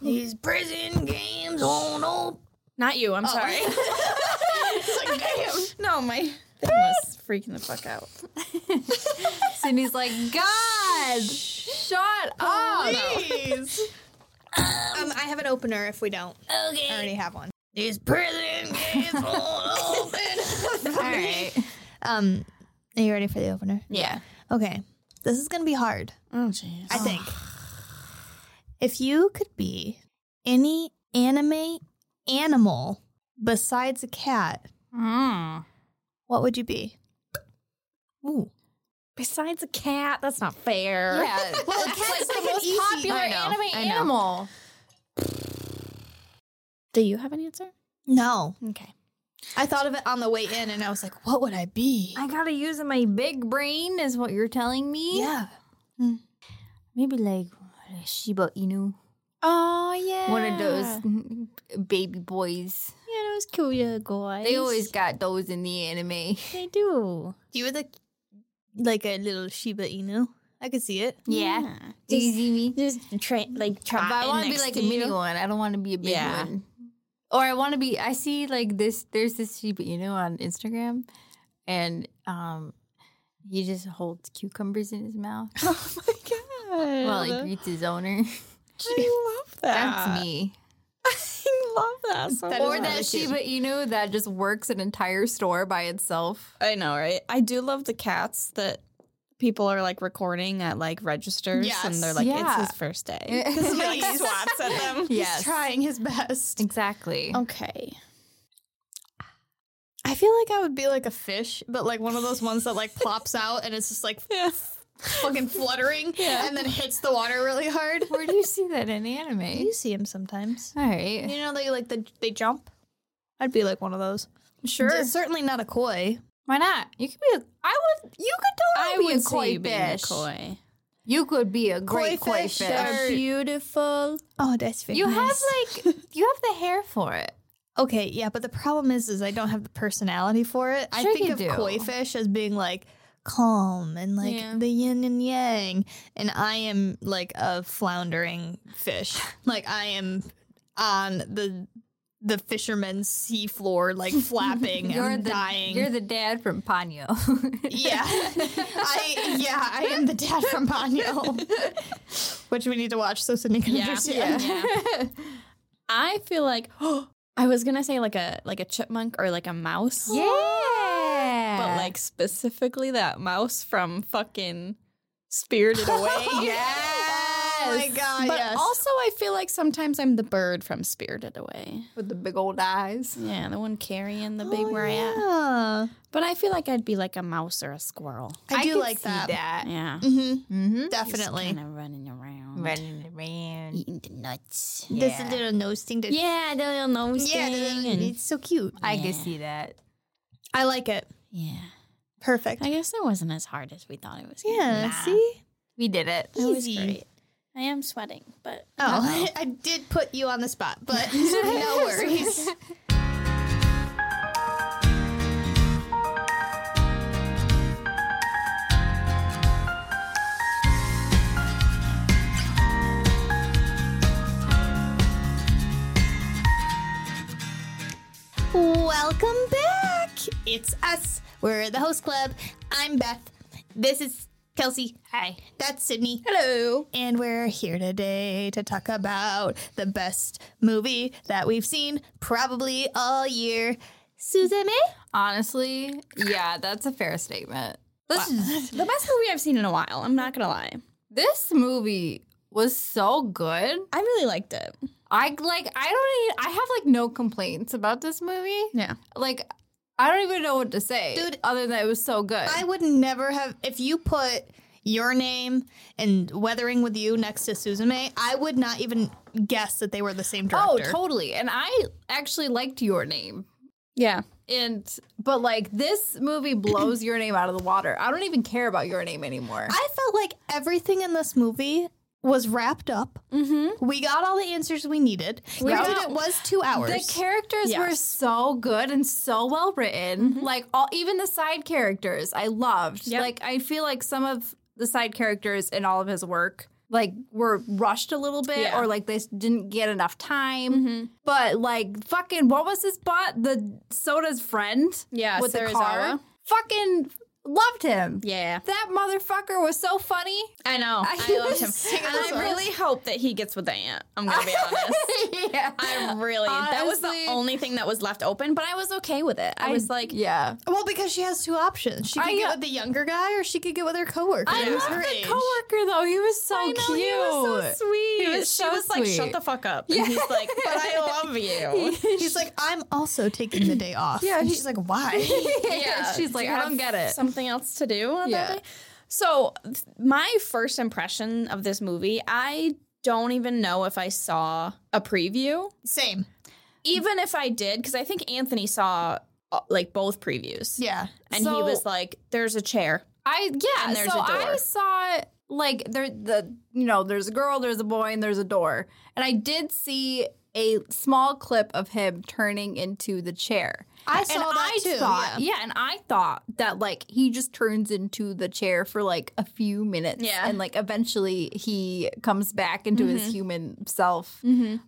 These prison games won't open. Not you. Oh. I'm sorry. It's like, damn. no, my thing was freaking the fuck out. Sydney's like, God, shut up. Please. Um, I have an opener if we don't. Okay. I already have one. These prison games won't open. All right. Um, are you ready for the opener? Yeah. Okay. This is going to be hard, Oh jeez. I think. if you could be any anime animal besides a cat, Mm. what would you be? Ooh. Besides a cat, that's not fair. Yeah. well, cat's like the most easy- popular I know, anime I know. animal. Do you have an answer? No. Okay. I thought of it on the way in and I was like, what would I be? I gotta use my big brain, is what you're telling me. yeah. Maybe like a Shiba Inu, Oh yeah. one of those baby boys. Yeah, those cute little guys. They always got those in the anime. They do. You were the, like a little Shiba Inu. I could see it. Yeah. Do you see me? Just tra- like But Mm, I want to be next like to a mini you. one. I don't want to be a big Yeah. one. Or I want to be. I see like this. There's this Shiba Inu on Instagram, and um, he just holds cucumbers in his mouth Oh my god. while Uh-huh. he greets his owner. I love That's me. I love that. That is or really that cute. Shiba Inu that just works an entire store by itself. I know, right? I do love the cats that people are like recording at like registers and they're Yes. like, Yeah. it's his first day. Yes. Like, swats at them. Yes. trying his best. Exactly. Oh. Okay. I feel like I would be like a fish, but like one of those ones that like plops out and it's just like fucking fluttering and then hits the water really hard. Where do you see that in anime? You see him sometimes. All right. You know they like the, they jump. I'd be like one of those. Sure. It's certainly not a koi. Why not? You could be. A, I would. You could I totally be a would say koi you being a fish. koi. You could be a great koi, fish fish. are beautiful. Oh, that's very You nice. have like you have the hair for it. Okay, yeah, but the problem is, is I don't have the personality for it. I Sure think you of do. koi fish as being like calm and like Yeah. the yin and yang, and I am like a floundering fish. like I am on the the fisherman's seafloor, like flapping You're and the dying. you're the dad from Ponyo. yeah, I yeah, I am the dad from Ponyo, which we need to watch so Sydney can Yeah. understand. I feel like I was gonna say like a like a chipmunk or like a mouse. yeah. But like specifically that mouse from fucking Spirited Away. yes. Oh my god! But yes. also I feel like sometimes I'm the bird from Spirited Away. with the big old eyes. Yeah, the one carrying the big Oh, rat. yeah. But I feel like I'd be like a mouse or a squirrel. I do could like see that. Yeah. hmm Mm-hmm. Definitely. Kind of running around. Running around. Eating the nuts. There's a Yeah. little nose thing that Yeah, the little nose Yeah, the thing. little- and- it's so cute. I Yeah. can see that. I like it. yeah. Perfect. I guess that wasn't as hard as we thought it was. gonna yeah. Nah. See. We did it. be. That was Easy. great. I am sweating, but Oh, I, I did put you on the spot, but no worries. Welcome back. It's us. We're the host club. I'm Beth. This is Kelsey. Hi. That's Sydney. Hello. And we're here today to talk about the best movie that we've seen probably all year. eh? Suzume? Honestly, yeah, that's a fair statement. This is- the best movie I've seen in a while. I'm not gonna lie. this movie was so good. I really liked it. I like I don't even I have like no complaints about this movie. Yeah. Like I don't even know what to say. Dude, other than it was so good. I would never have if you put your name and Weathering with You next to Suzume, I would not even guess that they were the same oh, director. totally. And I actually liked your name. Yeah. And but like this movie blows your name out of the water. I don't even care about your name anymore. I felt like everything in this movie was wrapped up. Mm-hmm. We got all the answers we needed. Granted, it got- was two hours. the characters were Yes. Mm-hmm. so good and so well written. Like all even the side characters I loved. Yep. Like I feel like some of the side characters in all of his work like were rushed a little bit Yeah. or like they s- didn't get enough time. Mhm. But like fucking what was his bot? The soda's friend Yeah, with the Serizawa. car. Fucking loved him. Yeah, That motherfucker was so funny. I know. I, I loved him, was- and I I was- really hope that he gets with the aunt. I'm gonna be honest. yeah. I really that was Honestly. the only thing that was left open, but I was okay with it. I, was like, yeah. Well, because she has two options. She could I, get uh, with the younger guy, or she could get with her coworker. I who's love her the age. coworker though. He was so I cute. know, he was so sweet. He was she so was like, sweet. shut the fuck up. And he's like, but I love you. He's like, I'm also taking the day off. Yeah, and he- she's like, why? She's like, I don't get it. Something else to do on Yeah. that day. So th- my first impression of this movie, I don't even know if I saw a preview. Same. Even if I did, because I think Anthony saw uh, like both previews. Yeah. And he So- was like, there's a chair. I yeah. And there's so a door. I saw like there the you know there's a girl, there's a boy, and there's a door, and I did see a small clip of him turning into the chair. I saw and that I too. Thought, yeah. yeah. and I thought that like he just turns into the chair for like a few minutes, Yeah. Mm-hmm. and like eventually he comes back into his human self.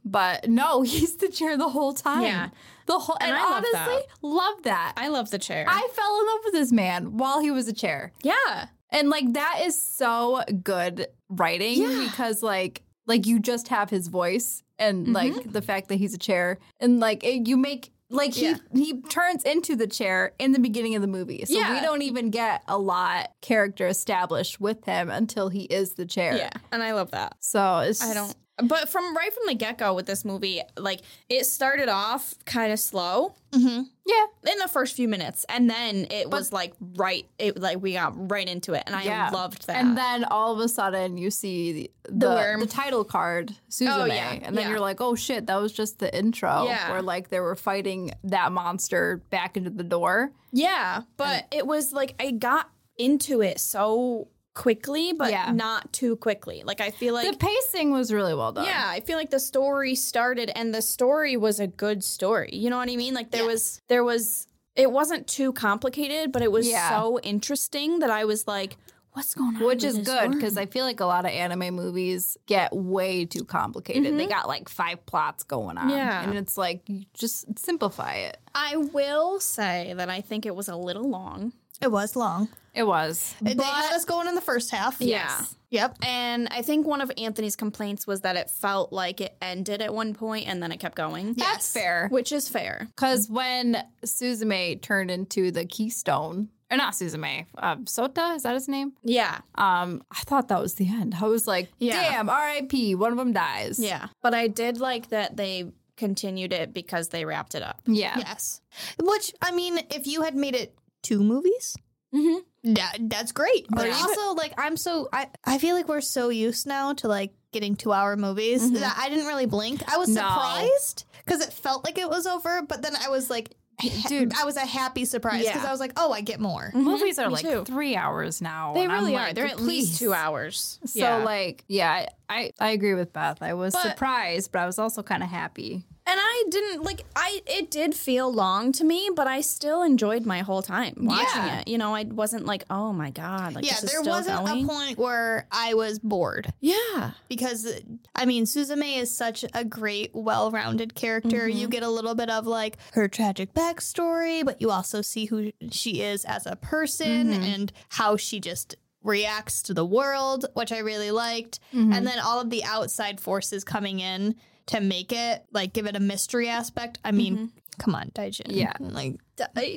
But no, he's the chair the whole time. Yeah. the whole and, And I love honestly that. love that. I love the chair. I fell in love with this man while he was a chair. yeah. And like that is so good writing because like like you just have his voice and Mm-hmm. like the fact that he's a chair and like it, you make like he Yeah. he turns into the chair in the beginning of the movie. So we Yeah. don't even get a lot character established with him until he is the chair. Yeah. And I love that. So it's I don't. But from right from the get go with this movie, like it started off kind of slow Yeah. in the first few minutes, and then it was like right, it like we got right into it, and I Yeah. loved that. And then all of a sudden, you see the the, worm. Oh, the title card, Suzume, yeah, and then yeah. you're like, "Oh shit, that was just the intro, Yeah. where like they were fighting that monster back into the door." yeah, but it was like I got into it so quickly, but Yeah. not too quickly. Like I feel like the pacing was really well done. Yeah, I feel like the story started and the story was a good story. You know what I mean? Like there was there was it wasn't too complicated, but it was Yeah. so interesting that I was like, what's going on? Which with is this good worm? because I feel like a lot of anime movies get way too complicated. They got like five plots going on. Mm-hmm. Yeah. And it's like, you just simplify it. I will say that I think it was a little long. It was long. It was. they had us going in the first half. Yeah. Yep. And I think one of Anthony's complaints was that it felt like it ended at one point and then it kept going. That's fair. Which is fair. Because when Suzume turned into the Keystone, or not Suzume, uh, Sota, is that his name? Yeah. Um, I thought that was the end. I was like, Yeah. damn, RIP, one of them dies. Yeah. But I did like that they continued it because they wrapped it up. Yeah. Yes. Which I mean, if you had made it two movies, Mhm. that that's great. But Yeah. also, like, I'm so I I feel like we're so used now to like getting two hour movies that I didn't really blink. I was No. surprised because it felt like it was over, but then I was like, ha- Dude. I was a happy surprise because Yeah. I was like, oh, I get more. Movies are Mm-hmm. Me like too. three hours now. They and I'm really are. like, They're at least "Please." two hours. So like, yeah, I, I I agree with Beth. I was surprised, but I was also kind of happy. and I didn't like I. It did feel long to me, but I still enjoyed my whole time watching Yeah. it. You know, I wasn't like, oh my god, like Yeah, this is there still wasn't going. a point where I was bored. yeah, because I mean, Suzume is such a great, well-rounded character. You get a little bit of like her tragic backstory, but you also see who she is as a person and how she just reacts to the world, which I really liked. And then all of the outside forces coming in to make it like give it a mystery aspect. I mean, come on, Daijin. Yeah. like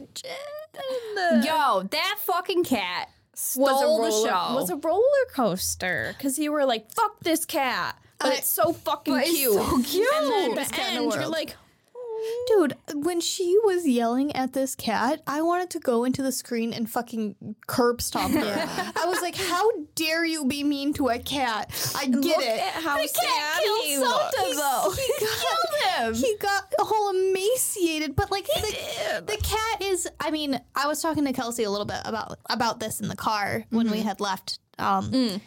Uh, Daijin Yo, that fucking cat stole was a roller, the show. was a roller coaster because you were like, fuck this cat, but I- it's so fucking but it's cute, so cute. And then Best at the cat in the end, you're world. like, Dude, when she was yelling at this cat, I wanted to go into the screen and fucking curb stomp her. I was like, "How dare you be mean to a cat?" I get look it. at how sad he Sota, looks. though. He got, He got all emaciated, but like the, the cat is. I mean, I was talking Mm-hmm. Mm, to Kelsey a little bit about about this in the car when we had left. Um,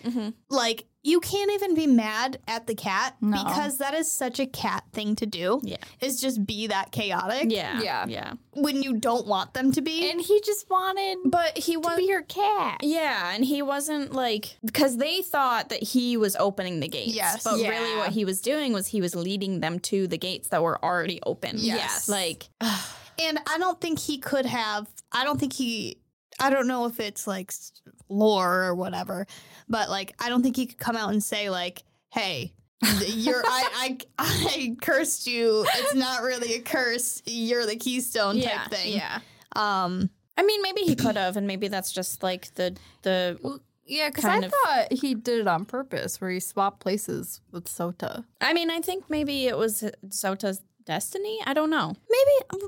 like you can't even be mad at the cat No. because that is such a cat thing to do. Yeah. Is just be that chaotic Yeah. Yeah. Yeah. when you don't want them to be. And he just wanted But he to was be her cat. Yeah, and he wasn't like because they thought that he was opening the gates. Yes. but Yeah. really what he was doing was he was leading them to the gates that were already open. Yes. like And I don't think he could have. I don't think he. I don't know if it's like s- lore or whatever, but like I don't think he could come out and say like, "Hey, th- you're I, I I cursed you. It's not really a curse. You're the keystone yeah, type thing." yeah. Um. I mean, maybe he could have, and maybe that's just like the the. Yeah, because Kind I of- thought he did it on purpose, where he swapped places with Sota. I mean, I think maybe it was Sota's destiny. I don't know. Maybe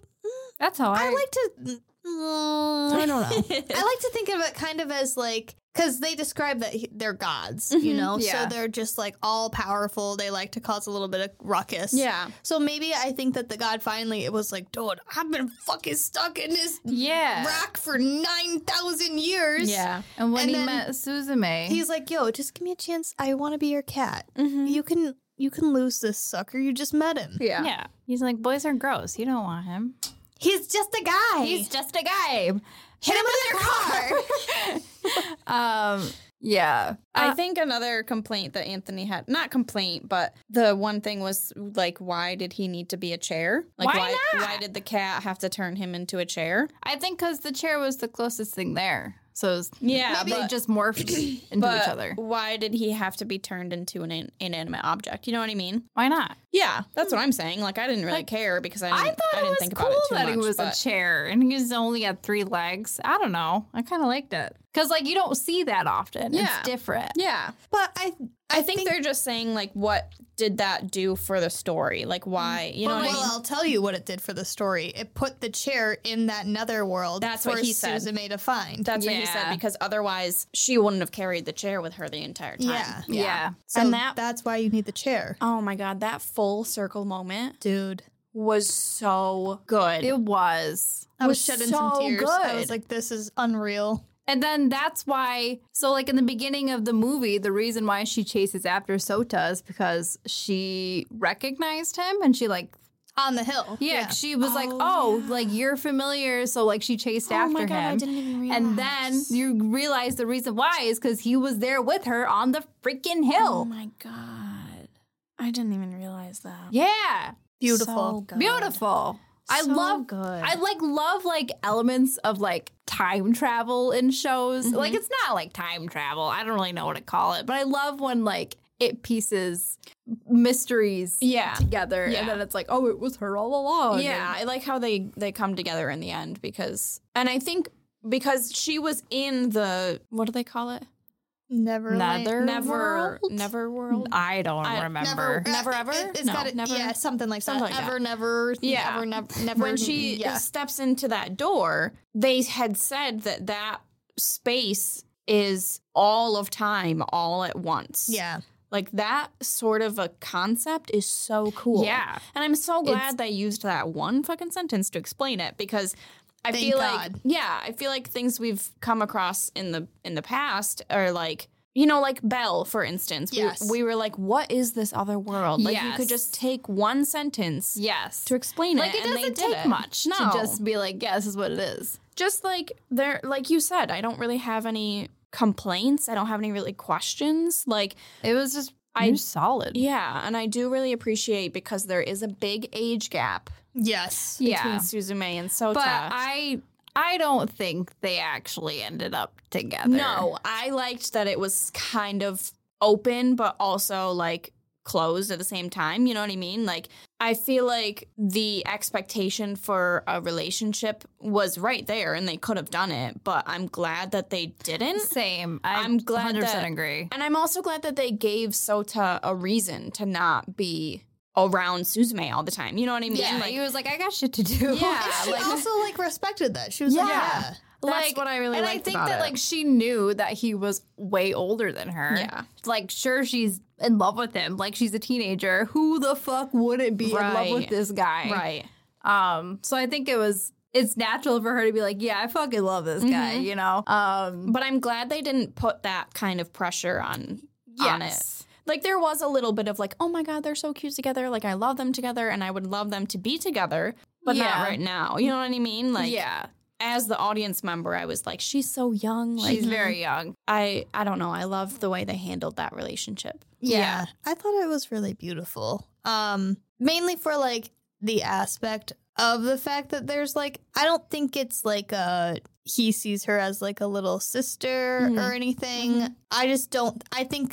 That's how I, I like to. mm, I don't know. I like to think of it kind of as like because they describe that he- they're gods, you Mhm, know, yeah. so they're just like all powerful. They like to cause a little bit of ruckus. yeah, So maybe I think that the god finally it was like, dude, I've been fucking stuck in this yeah, rock for nine thousand years. yeah. And when And he then met Suzume, He's like, yo, just give me a chance. I want to be your cat. Mm-hmm. You can you can lose this sucker. You just met him. yeah. He's like, boys are gross. You don't want him. He's just a guy. He's just a guy. hit him with your car. Um, yeah. I think another complaint that Anthony had, not complaint, but the one thing was like, why did he need to be a chair? Like, Why why, not? why did the cat have to turn him into a chair? I think because the chair was the closest thing there, so it's Yeah, they but- just morphed into But each other. why did he have to be turned into an in- inanimate object? You know what I mean? Why not? Yeah, that's what I'm saying. Like, I didn't really Hmm. Like, care because I I didn't, thought I it didn't was think cool about it too that much. he was but- a chair and he's only got three legs. I don't know. I kind of liked it because like you don't see that often. Yeah. It's different. yeah, But I I, think, they're just saying like, what did that do for the story? Hmm. Like, why? You know well, what I well, mean? I'll tell you what it did for the story. It put the chair in that nether world. That's for what he said. Suzume to find. That's what he said Yeah. because otherwise she wouldn't have carried the chair with her the entire time. Yeah. Yeah. so and that- that's why you need the chair, Oh my god, that full circle moment dude. was so good. It was. I was, Was shedding some so tears. I was good. like, this is unreal. And then that's why. So, like in the beginning of the movie, the reason why she chases after Sota is because she recognized him and she, like, On the hill. yeah, she was like, oh, like you're familiar. So, like, she chased after Oh him. even and then you realize the reason why is because he was there with her on the freaking hill. my god. I didn't even realize that. yeah. Beautiful. Beautiful. I love good. I like love like elements of like time travel in shows. Like it's not like time travel. I don't really know what to call it, but I love when like it pieces mysteries Yeah. together Yeah. and then it's like, oh, it was her all along. Yeah, I like how they they come together in the end because and I think because she was in the what do they call it? Never. Nether? Never world? never And world. I don't I- remember. Never ever? It, has No. got it. Never? Yeah, something like Something that. like that. ever, never. Yeah. Ever, never. Never. when she Yeah. steps into that door, they had said that that space is all of time all at once. Yeah. Like that sort of a concept is so cool. Yeah. And I'm so glad It's- they used that one fucking sentence to explain it because I Thank feel God. like yeah, I feel like things we've come across in the in the past are like you know, like Belle, for instance. We- Yes. We, were like, what is this other world? Like you could Yes. just take one sentence Yes. to explain like it. it and they doesn't did take it. much No. to just be like, yeah, this is what it is. just like there like you said i don't really have any complaints i don't have any really questions like It was just I- I solid. yeah and i do really appreciate because there is a big age gap Yes. between suzume and sota but I I don't think they actually ended up together. no i liked that it was kind of open but also like closed at the same time you know what i mean like i feel like the expectation for a relationship was right there and they could have done it but i'm glad that they didn't same. I I'm glad 100% that- agree. And I'm also glad that they gave Sota a reason to not be around Suzume all the time. You know what I mean? Yeah, like, he was like, I got shit to do. Yeah, She like- also like respected that. She was like, Yeah. yeah. that's what I really and I liked think about that it. like she knew that he was way older than her. Yeah. like sure she's in love with him. Like she's a teenager. Who the fuck wouldn't be in love Right. with this guy? right. Um, so I think it was it's natural for her to be like, yeah, I fucking Mm-hmm. love this guy, you know. Um, But I'm glad they didn't put that kind of pressure on on it. Like there was a little bit of like, oh my god, they're so cute together. Like I love them together, and I would love them to be together, but Yeah. not right now. You know what I mean? Like, yeah. as the audience member, I was like, she's so young. Like, mm-hmm. She's very young. I I don't know. I love the way they handled that relationship. Yeah. Yeah. I thought it was really beautiful. Um mainly for like the aspect of the fact that there's like I don't think it's like a he sees her as like a little sister or Mhm. anything. I just don't I think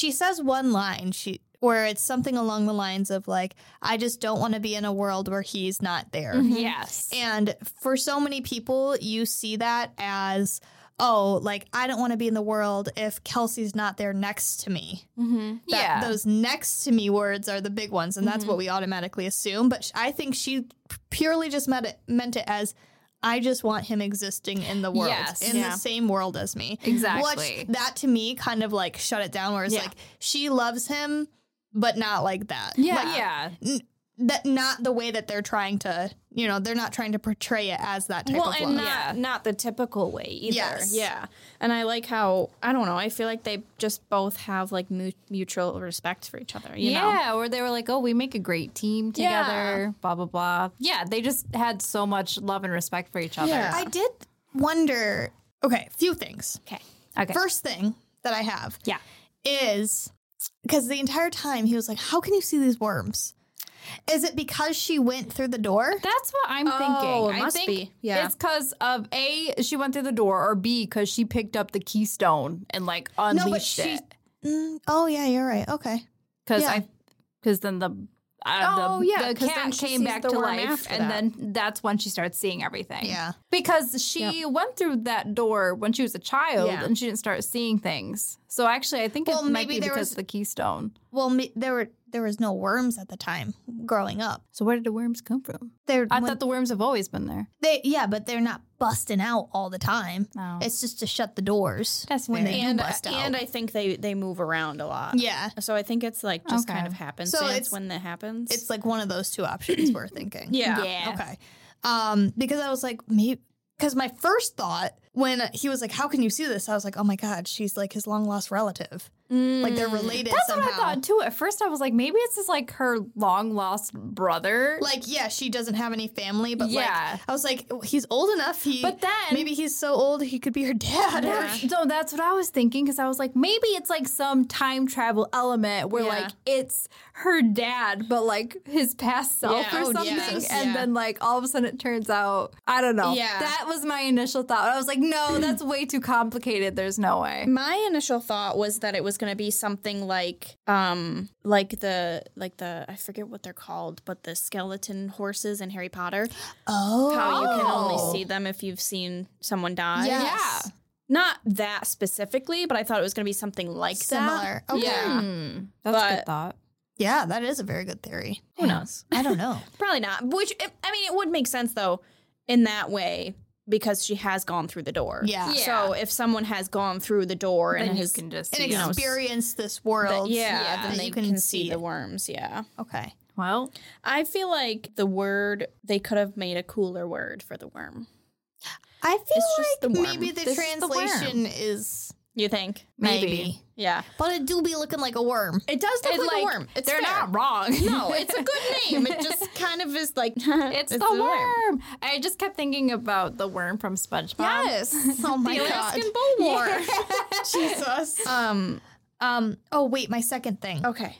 she says one line she where it's something along the lines of like I just don't want to be in a world where he's not there. Mhm. Yes. And for so many people, you see that as, oh, like I don't want to be in the world if Kelsey's not there next to me. Mm-hmm. That, yeah. Those next to me words are the big ones, and that's Mhm. what we automatically assume. But sh- I think she purely just meant it, meant it as, I just want him existing in the world, Yes. in Yeah. the same world as me. exactly. Which that to me kind of like shut it down, where it's Yeah. like she loves him, but not like that. Like, yeah. that not the way that they're trying to you know they're not trying to portray it as that type Well, of love. and not Yeah. not the typical way either. Yes. Yeah, and I like how I don't know. I feel like they just both have like mu- mutual respect for each other. You know. yeah, where they were like, "Oh, we make a great team Yeah. together." Blah blah blah. Yeah, they just had so much love and respect for each other. I did wonder. Okay, few things. Okay. Okay. First thing that I have yeah. is because the entire time he was like, "How can you see these worms?" Is it because she went through the door? That's what I'm Oh, it thinking. must I think be. Yeah. it's because of a she went through the door, or b because she picked up the keystone and like unleashed she- it. Mm, oh yeah, you're right. Okay. Because yeah. I because then the uh, Oh, the, yeah, the 'cause cat then she came sees back the to worm life, after and that. then that's when she starts seeing everything. Yeah. because she went through that door when she was a child, Yeah. and she didn't start seeing things. So actually, I think Well, it might maybe be there because was- of the keystone. Well, me, there were there was no worms at the time growing up. So where did the worms come from? They're I when- thought the worms have always been there. they yeah, but they're not busting out all the time. No. It's just to shut the doors Oh. That's when fair. they do And bust out. and I think they they move around a lot. yeah, So I think it's like just kind Okay. of happens. So it's- when that happens. it's like one of those two options we're thinking. yeah. Yeah. Okay. Um, because I was like, maybe because my first thought when he was like, "How can you see this?" I was like, "Oh my god, she's like his long lost relative. Mm. Like Mm. they're related That's somehow." what I thought too. At first, I was like, maybe it's just like her long lost brother. Like yeah, she doesn't have any family, but Yeah. like I was like, he's old enough. He But then- maybe he's so old he could be her dad. That's, no, that's what I was thinking because I was like, maybe it's like some time travel element where Yeah. like it's her dad, but like his past self Yeah. or Oh, something, yes. and Yeah. then like all of a sudden it turns out I don't know. Yeah. that was my initial thought. I was like, no, that's way too complicated. There's no way. My initial thought was that it was going to be something like um like the like the I forget what they're called, but the skeleton horses in Harry Potter. Oh, How you can Oh. only see them if you've seen someone die. Yes. Yeah. Not that specifically, but I thought it was going to be something like similar. Okay. Yeah. Hmm. that's a good But- thought. yeah, that is a very good theory. that. Who knows? I don't know. Probably not. Which I mean, it would make sense though in that way because she has gone through the door. Yeah. Yeah. So if someone has gone through the door Then and you has can just and see them. experience this world. that- yeah, yeah, then that they you can, can see, see the it. worms. Yeah. Okay. Well, I feel like the word they could have made a cooler word for the worm. I feel It's just the like worm. maybe the This is the worm. translation is You think? Maybe. maybe. Yeah. but it do be looking like a worm. It does look It, like, like, a worm. It's they're fair. not wrong. No, it's a good name. It just kind of is like it's, It's, the a worm. I just kept thinking about the worm from SpongeBob. Yes. Oh my the god, Alaskan bull war. Jesus. Um. Um. Oh wait, my second thing. Okay.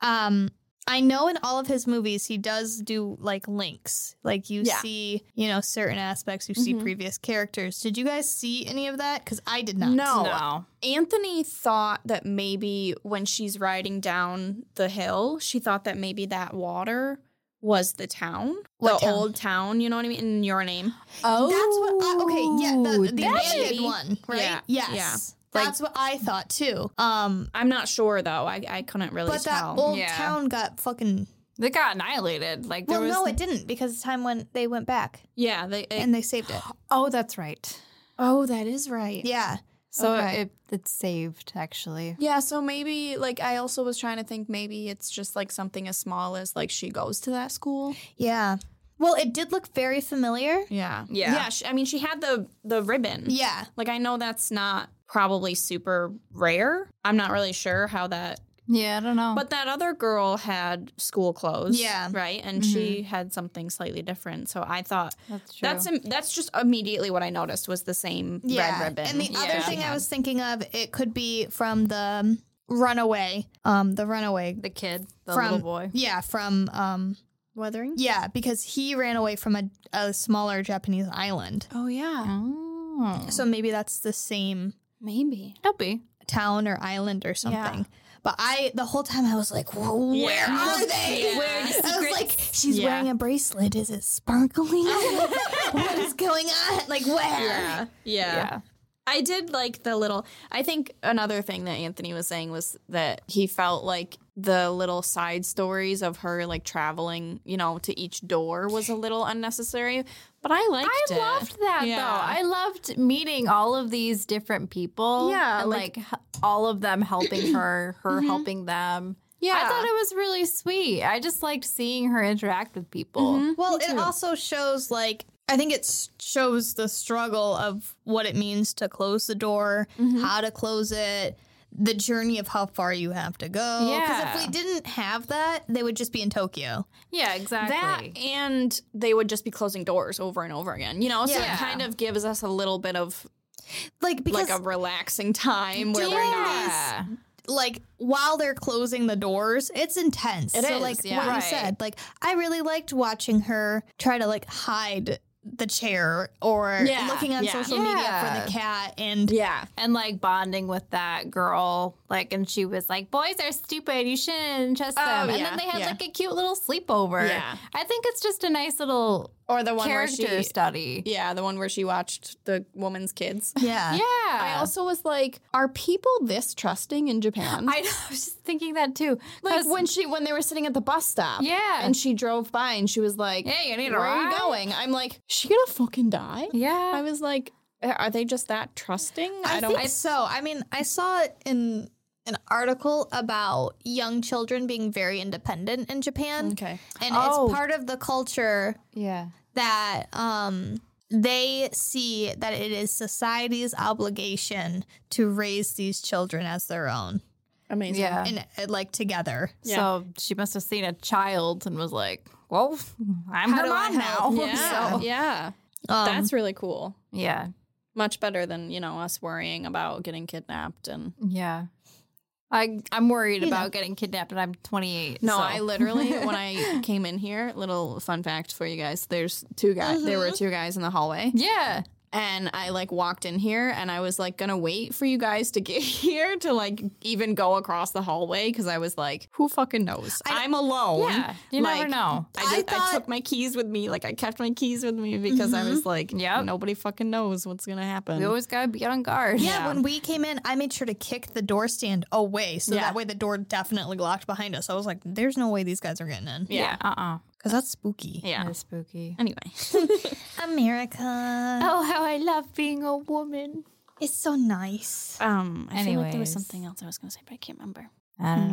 Um. I know in all of his movies he does do like links. Like you Yeah. see, you know, certain aspects. You see previous characters. Did you guys see any of that? Because I did not. No. Anthony thought that maybe when she's riding down the hill, she thought that maybe that water was the town, What the town? old town. You know what I mean? In your name, Oh, That's what. I, okay, yeah, the, the that abandoned is- one, right? Yeah, Yes, that's what I thought too. Um, I'm not sure though. I, I couldn't really but that tell. old Yeah. town got fucking. They got annihilated. Like there Well, was. no, it didn't because the time when they went back yeah. They, and they saved it. oh, that's right. oh, that is right. Yeah, So Okay. it, it's saved actually. Yeah, so maybe like I also was trying to think maybe it's just like something as small as like she goes to that school. yeah. Well, it did look very familiar. Yeah. Yeah. Yeah. She, I mean, she had the the ribbon. Yeah. Like I know that's not probably super rare. I'm not really sure how that. Yeah, I don't know. But that other girl had school clothes. Yeah. Right. And she had something slightly different. So I thought that's true. that's im- that's just immediately what I noticed was the same Yeah. red ribbon. And the Yeah. other thing I was thinking of, it could be from the um, runaway. Um, the runaway. the kid, the from little boy. Yeah, from um Weathering? yeah, because he ran away from a, a smaller Japanese island. Oh yeah. Oh. So maybe that's the same Maybe. Could be. town or island or something. But I the whole time I was like, "Whoa, Yeah. where are they? Yeah. Where are the I was secrets? like, she's Yeah. wearing a bracelet. Is it sparkling? what is going on? Like where? Yeah. Yeah. Yeah. I did like the little. I think another thing that Anthony was saying was that he felt like the little side stories of her like traveling, you know, to each door was a little unnecessary. But I liked I it. loved that Yeah. though. I loved meeting all of these different people. Yeah, and, like- Mm-hmm. like, h- all of them helping her, her helping them. Yeah. I thought it was really sweet. I just liked seeing her interact with people. Mm-hmm. Well, it also shows like I think it s- shows the struggle of what it means to close the door, how to close it, the journey of how far you have to go. Yeah. if we didn't have that, they would just be in Tokyo. Yeah, exactly. That and they would just be closing doors over and over again, you know. So Yeah. it kind of gives us a little bit of Like because like a like, relaxing time where we're not. yeah. while they're closing the doors, it's intense. It so is, like yeah. what you Right. said, like I really liked watching her try to like hide the chair or Yeah, looking on yeah. social media Yeah. for the cat and Yeah. and like bonding with that girl, like, and she was like, "Boys are stupid. You shouldn't trust Oh, them." And yeah, then they had yeah. like a cute little sleepover. Yeah. I think it's just a nice little Or the one character where she study. Yeah, the one where she watched the woman's kids. yeah. Yeah, I also was like, are people this trusting in Japan? I, know, I was just thinking that too. like 'Cause- when she when they were sitting at the bus stop. Yeah. And she drove by and she was like, Hey, you need a Where are you ride?" going? I'm like, "Is she gonna fucking die? yeah, I was like, are they just that trusting? I, think so. I mean, I saw it in an article about young children being very independent in Japan, Okay. and Oh. it's part of the culture yeah, that um, they see that it is society's obligation to raise these children as their own Amazing. yeah. and uh, like together. So she must have seen a child and was like, "Well, I'm How her do I mom now." Oh, help? Yeah. So- yeah. Um, That's really cool. yeah, Much better than, you know, us worrying about getting kidnapped and yeah. I I'm worried about getting kidnapped, and I'm 28. No, so- I literally when I came in here, little fun fact for you guys. There's two guys. There were two guys in the hallway, yeah, and I like walked in here, and I was like gonna wait for you guys to get here to like even go across the hallway because I was like, who fucking knows? I, am alone. yeah. You never Like, know. I, I just, I thought- took my keys with me. Like I kept my keys with me because I was like, yeah, Yep. nobody fucking knows what's gonna happen. We always gotta be on guard. yeah, when we came in, I made sure to kick the door stand away so Yeah. that way the door definitely locked behind us. I was like, there's no way these guys are getting in. yeah, Uh uh-uh. uh. Because that's spooky. yeah. spooky. Anyway, America. Oh, how I love being a woman. It's so nice. um, I feel like there was Anyways. something else I was gonna say, but I can't remember. I don't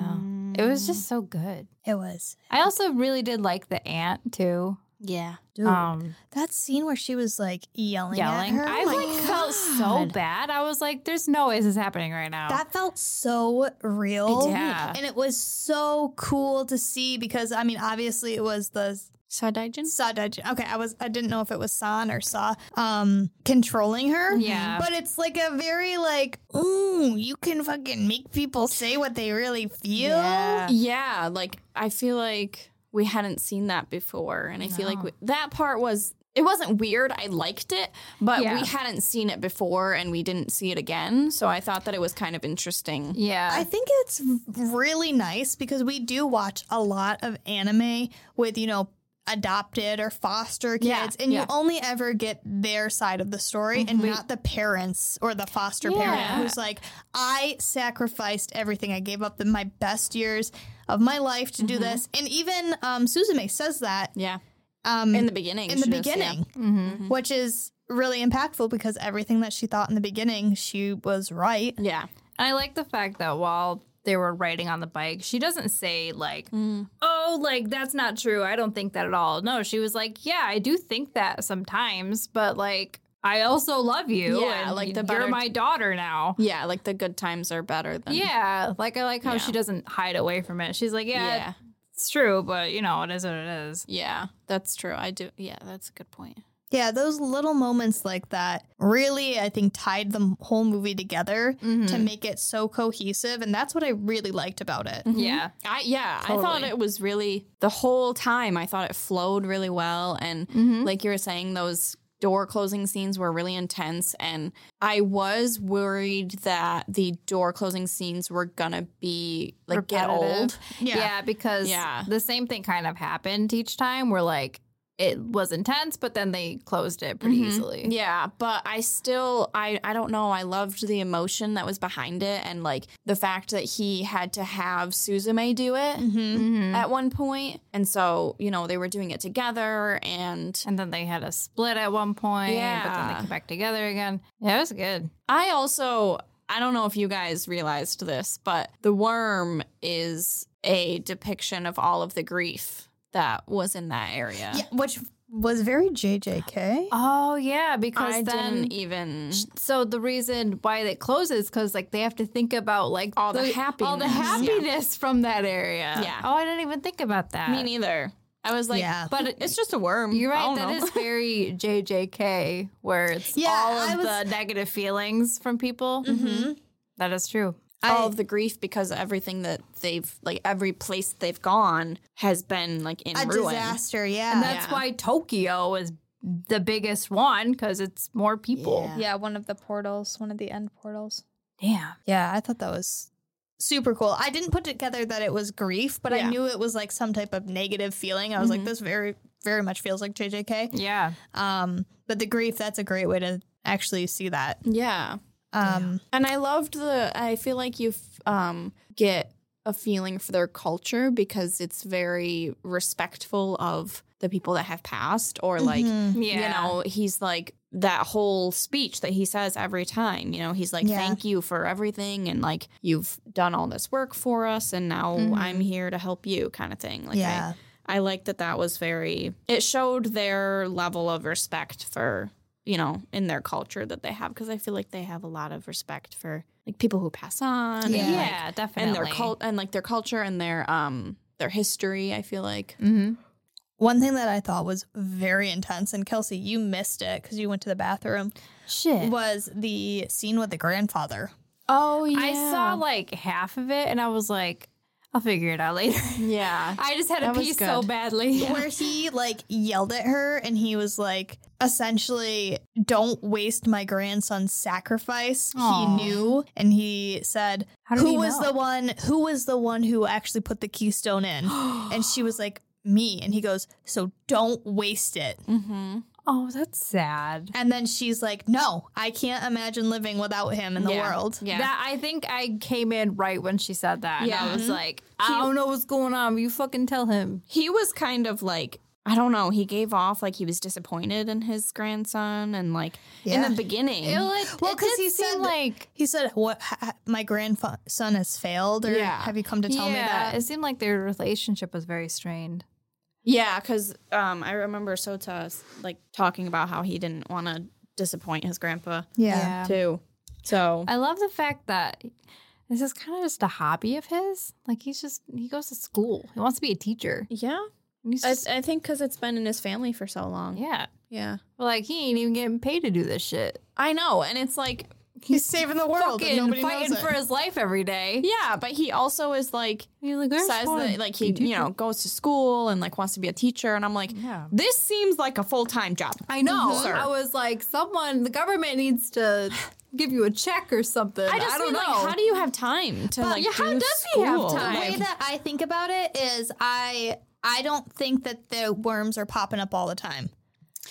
know. It was just so good. It was. I also really did like the aunt too. Yeah. Dude, Um, that scene where she was like yelling, yelling. at her. I like felt so bad. I was like, "There's no way this is happening right now." that felt so real. It did. Yeah. And it was so cool to see because I mean obviously it was the Sadaijin? Saw Daj- okay, I was I didn't know if it was San or Saw um controlling her. Yeah. But it's like a very like, ooh, you can fucking make people say what they really feel. Yeah. Yeah, like I feel like we hadn't seen that before, and I feel like we, that part was it wasn't weird. I liked it, but Yeah. we hadn't seen it before, and we didn't see it again. So I thought that it was kind of interesting. yeah, I think it's really nice because we do watch a lot of anime with, you know, adopted or foster kids, Yeah, and yeah. Mm-hmm. you only ever get their side of the story and not the parents or the foster Yeah. parent who's like, I sacrificed everything. I gave up the, my best years of my life to Mm-hmm. do this. And even um, Suzume says that Yeah, um, in the beginning, in the she just- yeah. Mm-hmm. beginning, which is really impactful because everything that she thought in the beginning, she was right. yeah. I like the fact that while they were riding on the bike, she doesn't say like, Mm. "Oh, like that's not true. I don't think that at all." No, she was like, "Yeah, I do think that sometimes, but like I also love you. Yeah, and like the you're better- my daughter now." Yeah, like the good times are better than Yeah, like I like how Yeah. she doesn't hide away from it. She's like, "Yeah, yeah. it's true, but you know, it is what it is." Yeah, that's true. I do. Yeah, that's a good point. Yeah, those little moments like that really, I think, tied the m- whole movie together to Mm-hmm. make it so cohesive. And that's what I really liked about it. Mm-hmm. Yeah. I yeah, I thought Totally. it was really the whole time. I thought it flowed really well, and Mm-hmm. Mhm. like you were saying, those door closing scenes were really intense, and I was worried that the door closing scenes were gonna be like get old. Repetitive. Yeah, because Yeah. the same thing kind of happened each time where like it was intense, but then they closed it pretty Mhm. easily. Yeah, but I still I I don't know. I loved the emotion that was behind it, and like the fact that he had to have Suzume do it. Mm-hmm. Mhm. At one point, and so you know they were doing it together, and And then they had a split at one point, but then they Yeah. came back together again. Yeah, it was good. I also I don't know if you guys realized this, but the worm is a depiction of all of the grief that was in that area. Yeah, which was very JJK. Oh yeah, because I then didn't even so the reason why they close is because like they have to think about like All the all the happiness. Yeah. happiness from that area. Yeah. Oh, I didn't even think about that. me neither. I was like, Yeah. but it- it's just a worm. uh, You're I right. don't That know. is very JJK, where it's Yeah, all of I was- the negative feelings from people. Mm-hmm. That is true. all of the grief because everything that they've like every place they've gone has been like in A ruin. disaster, yeah. And that's Yeah. why Tokyo is the biggest one because it's more people. Yeah. Yeah, one of the portals, one of the end portals. Damn. Yeah, I thought that was super cool. I didn't put together that it was grief, but I Yeah. knew it was like some type of negative feeling. I was Mm-hmm. like, this very, very much feels like JJK. Yeah. Um, but the grief, that's a great way to actually see that. Yeah. Um, And I loved the. I feel like you f- um, get a feeling for their culture because it's very respectful of the people that have passed, or like mhm. Yeah. you know, he's like that whole speech that he says every time. You know, he's like, Yeah. "Thank you for everything," and like, "You've done all this work for us, and now Mhm. I'm here to help you," kind of thing. Like, yeah. I, I like that. That was very. It showed their level of respect for you know in their culture that they have because I feel like they have a lot of respect for like people who pass on. Yeah. And, like, Yeah, definitely. and their cult and like their culture and their um their history. I feel like. hmm One thing that I thought was very intense, and Kelsey, you missed it because you went to the bathroom, Shit. was the scene with the grandfather. Oh yeah, I saw like half of it and I was like, I'll figure it out later. yeah. I just had That a was piece so good. badly. where he like yelled at her and he was like essentially don't waste my grandson's sacrifice Aw. he knew and he said How did who he was know? the one who was the one who actually put the keystone in and she was like me and he goes so don't waste it Mm-hmm. Oh, that's sad. and then she's like no i can't imagine living without him in the Yeah. world Yeah. That I think I came in right when she said that. Yeah. And I Yeah. Mm-hmm. was like, I don't know what's going on. You fucking tell him. he was kind of like I don't know. He gave off like he was disappointed in his grandson, and like Yeah. in the beginning, Well, 'cause he said- like he said what ha- my grandson has failed or Yeah. have you come to tell me that It seemed like their relationship was very strained. yeah, because um, I remember Sota like talking about how he didn't want to disappoint his grandpa yeah, too. So I love the fact that this is kind of just a hobby of his. Like he's just he goes to school. He wants to be a teacher. yeah, And he's I, just- I think because it's been in his family for so long. yeah. yeah, Well, like he ain't even getting paid to do this shit. I know, and it's like he's saving the world and Fucking nobody knows fighting it. for his life every day. yeah, but he also is like He's like, "I says just wanna that like be he a teacher." you know goes to school and like wants to be a teacher, and I'm like, Yeah. this seems like a full time job. I know. Sir. I was like, someone, the government needs to give you a check or something. I, I just don't mean, know. like, how do you have time to like? yeah, how do does he have school? time? the way I've- that I think about it is I I don't think that the worms are popping up all the time.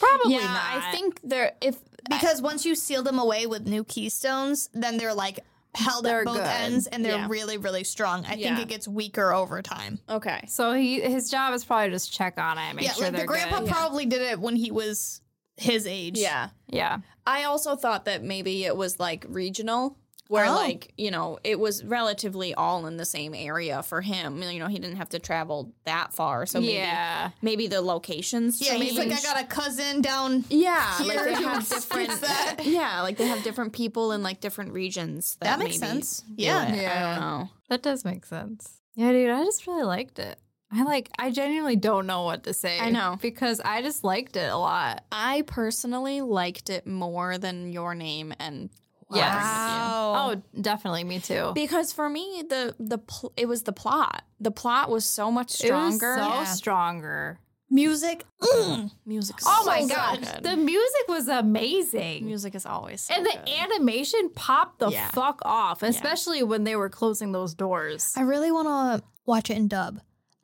Probably Yeah, I think there. If Because once you seal them away with new keystones, then they're like held They're at both good. ends and they're Yeah. really, really strong. I Yeah. think it gets weaker over time. okay, so. He his job is probably just check on it, and make yeah, sure like the they're grandpa good. probably did it when he was his age. yeah. yeah. I also thought that maybe it was like regional. where Oh. like you know it was relatively all in the same area for him. You know, he didn't have to travel that far, Oh, so maybe yeah. maybe the locations. Yeah, he's like, I changed. got a cousin down Yeah, here. like they who have fits different. that. Yeah, like they have different people in like different regions. That That, makes maybe sense. do Yeah. it. I Yeah. don't know. That does make sense. Yeah, dude, I just really liked it. I like I genuinely don't know what to say. I know. Because I just liked it a lot. I personally liked it more than your name and Yes. Wow. Oh, definitely me too. because for me the the pl- it was the plot. The plot was so much It stronger. was so Yeah. stronger. music. Mm. Music. Oh so my so gosh. good. The music was amazing. music is always so And the good. animation popped the Yeah. fuck off, especially when they were closing those doors. I really want to watch it in dub.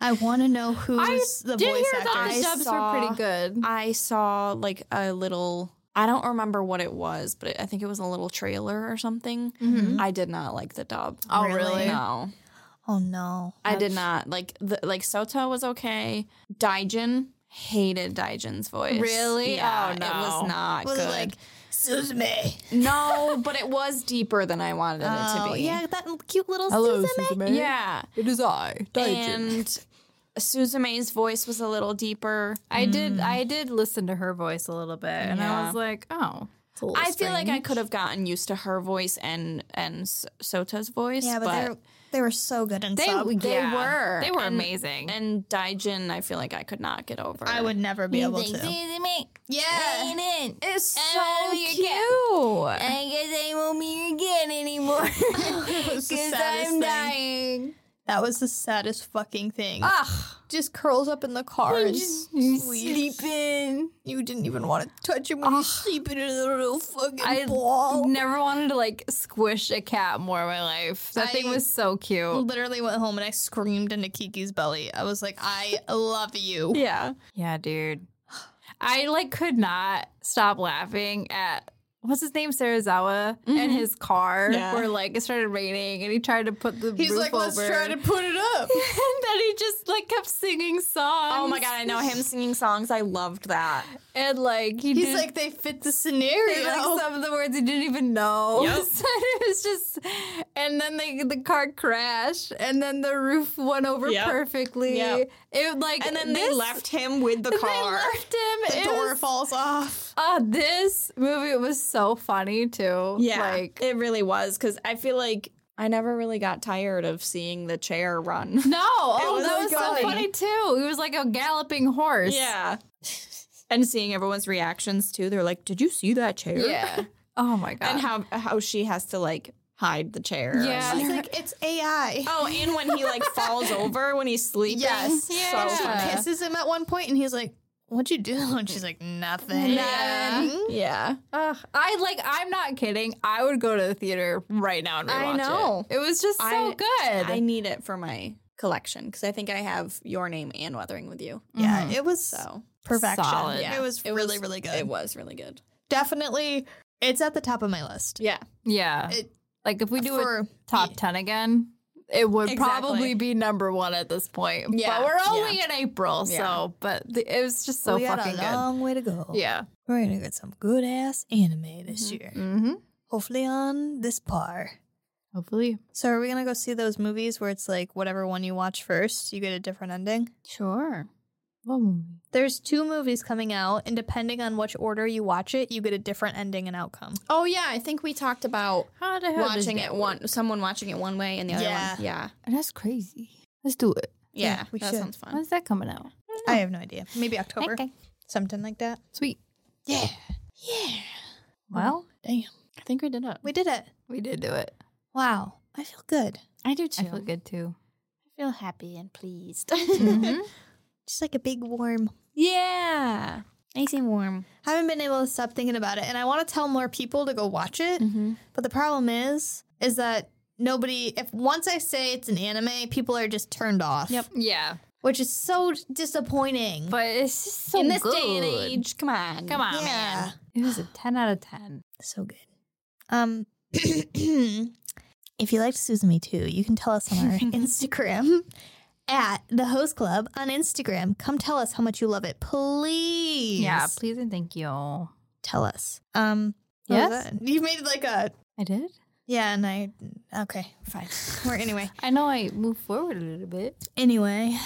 I want to know who's the did voice hear actors. those I dubs saw- were pretty good. I saw like a little. I don't remember what it was, but I think it was a little trailer or something. I did not like the dub. Mm-hmm. Oh, really? No. Oh no. I did not like the like Soto was okay. Daijin hated Daijin's voice. Really? Yeah, Oh, it was no. not Was good. it like Suzume? no, but it was deeper than I wanted it to Oh, be. yeah, that cute little Suzume. yeah. It is I, And Suzume's voice was a little deeper. I did. I did listen to her voice a little bit, and I Yeah. was like, "Oh, I feel like I could have gotten used to her voice and and S- Sota's voice. Yeah, but, they're they were so good in they sub. they yeah, were. they were And- amazing." and Daijin, I feel like I could not get over. I would never be able Think to. this is me. Yeah. Ain't it? It's so Oh, I'm cute. gonna be a cat. I guess I won't be again anymore. That was the Because saddest I'm thing. dying. That was the saddest fucking thing. Ugh. Just curls up in the car and sleeps. sleeping. You didn't even want to touch him when he's sleeping in a little fucking I ball. never wanted to like squish a cat more in my life. That thing I- Mm. was so cute. literally went home and I screamed into Kiki's belly. I was like, I love you. Yeah. Yeah, dude. I like could not stop laughing at what's his name, Sarazawa, Mm-hmm. and his car, Yeah. where like it started raining and he tried to put the He's roof like, let's over." try to put it up. and then he just like kept singing songs. Oh my god, I know him singing songs. I loved that. And like he He's did, like, they fit the say, like, scenario. some of the words he didn't even know. So it was just, and then the the car crashed, and then the roof went over Yep. perfectly. Yep. It like this- him with the They left him. The It door was- falls off. Ah, this movie was so funny too. Yeah, like it really was because I feel like I never really got tired of seeing the chair run. no, oh, was that so was funny. so funny too. He was like a galloping horse. yeah, and seeing everyone's reactions too. They're like, "Did you see that chair?" yeah. Oh my god. and how how she has to like hide the chair. Yeah. And, He's like- like, it's AI. oh, and when he like falls over when he's sleeping. Yes. So funny. Yeah. Kisses him at one point and he's like, what'd you do? And she's like, nothing. Yeah. Nothing. yeah. Ugh, I like. I'm not kidding. I would go to the theater right now and rewatch I it. know. it. was just so I- good. I need it for my collection because I think I have your name and Weathering with You. Mm-hmm. Yeah, it was So perfection. solid. Yeah. It was It was- really, really good. it was really good. Definitely, it's at the top of my list. Yeah. yeah, It- like if we do a For top ten again, it would Exactly. probably be number one at this point. Yeah. but we're only in April, Yeah. so but the, it was just so we got fucking a good. long way to go. Yeah. We're gonna get some good ass anime this year. Mm-hmm. Hopefully on this par. Hopefully, So are we gonna go see those movies where it's like whatever one you watch first, you get a different ending? Sure. what movie? There's two movies coming out, and depending on which order you watch it, you get a different ending and outcome. Oh yeah, I think we talked about How the hell watching it one someone watching it one way and the other Yeah. one. Yeah. That's crazy. Let's do it. Yeah. Yeah, we that should. sounds fun. When's that coming out? I have no idea. Maybe October. Mm. Okay. Something like that. Sweet. Yeah. Well, Damn. I think we did it. We did it. Mm-hmm. we did do it. Wow. I feel good. I do too. I feel good too. feel happy and pleased. Just like a big warm. yeah. nice and warm. Haven't been able to stop thinking about it, and I want to tell more people to go watch it. Mm-hmm. But the problem is, is that nobody. If once I say it's an anime, people are just turned off. Yep. Yeah, Which is so disappointing. but it's just so In this good. day and age, Oh, come on. Come on, yeah. man. It was a 10 out of 10. So good. Um, if you liked Suzume too, you can tell us on our Instagram at the Host Club on Instagram. Come tell us how much you love it, please. Yeah, please and thank you. tell us. Um, what was Yes? that? you made like a I did? Yeah, and I okay, fine. Or anyway, I know I moved forward a little bit. anyway,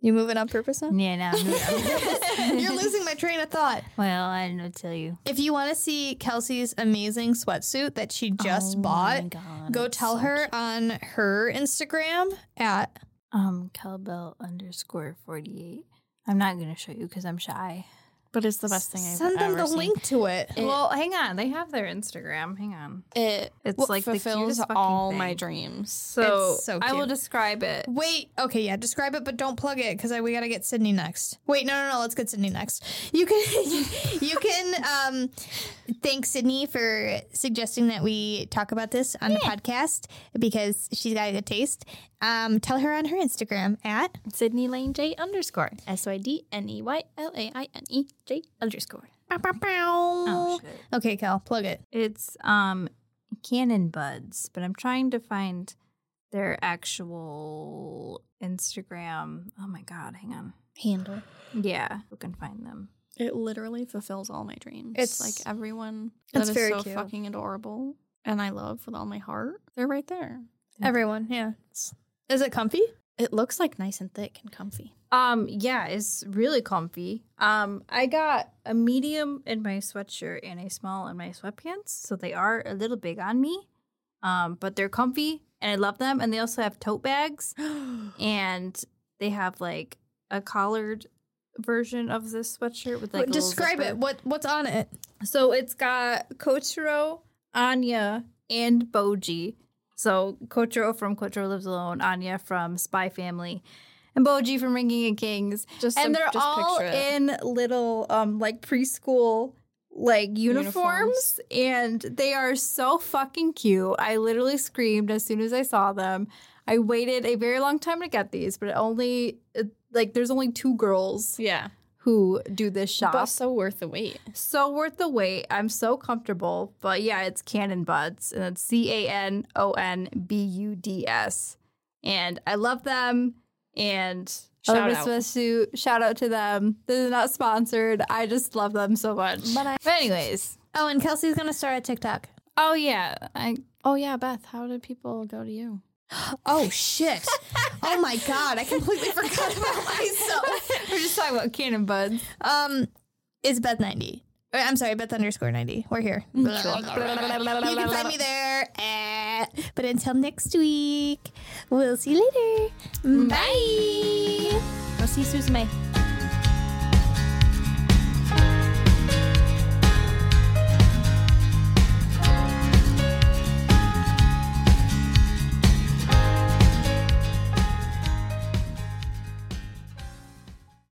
You moving on purpose now? Yeah, no. you're losing my train of thought. well, I don't know what to tell you. If you want to see Kelsey's amazing sweatsuit that she just Oh my bought, God, go it's tell so her on her Instagram at Um, cowbell underscore 48. I'm not going to show you because I'm shy. But it's the best thing I've send them ever the seen. link to it. well, hang on. They have their Instagram. Hang on. It It's well, like the fulfills cutest fucking all thing. my dreams. So, It's so I will cute. describe it. Wait, okay, yeah, describe it, but don't plug it because we gotta get Sydney next. Wait, no, no, no, let's get Sydney next. You can, you can, um, thank Sydney for suggesting that we talk about this on the podcast because she's got a good taste. Um, tell her on her Instagram at Sydney Lane J underscore S Y D N E Y L A I N E J underscore. Oh, shit. okay, Cal, plug it. It's um Cannon Buds, but I'm trying to find their actual Instagram. Oh my god, hang on. Handle. Yeah, we can find them. It literally fulfills all my dreams. It's- It's like everyone it's that's very so cute. fucking adorable and I love with all my heart. They're right there. Everyone, yeah. Is it comfy? It looks like nice and thick and comfy. Um yeah, it's really comfy. Um I got a medium in my sweatshirt and a small in my sweatpants, so they are a little big on me. Um but they're comfy and I love them and they also have tote bags and they have like a collared version of this sweatshirt with like a little describe zipper. it. What what's on it? So it's got Kochiro, Anya, and Boji. So Kochiro from Kochiro Lives Alone, Anya from Spy Family, and Boji from Ringing of Kings. Just and some- they're just all picture it. in little um like preschool like uniforms, and they are so fucking cute. I literally screamed as soon as I saw them. I waited a very long time to get these, but it only it, like there's only two girls Yeah. who do this shop. But so worth the wait. So worth the wait. I'm so comfortable. But yeah, it's Cannon Buds, and it's C A N O N B U D S. And I love them. And I love Shout my out. sweatsuit. Shout out to them. This is not sponsored. I just love them so much. But, anyways, Oh, and Kelsey's gonna start a TikTok. oh yeah, I Oh yeah, Beth, how did people go to you? Oh shit. oh my god, I completely forgot about myself. we're just talking about Cannon Buds. Um, it's Beth ninety. Or, I'm sorry, Beth underscore ninety. We're here. you can find me there. At, but until next Mm. week, we'll see you later. Bye. Go see Susan May.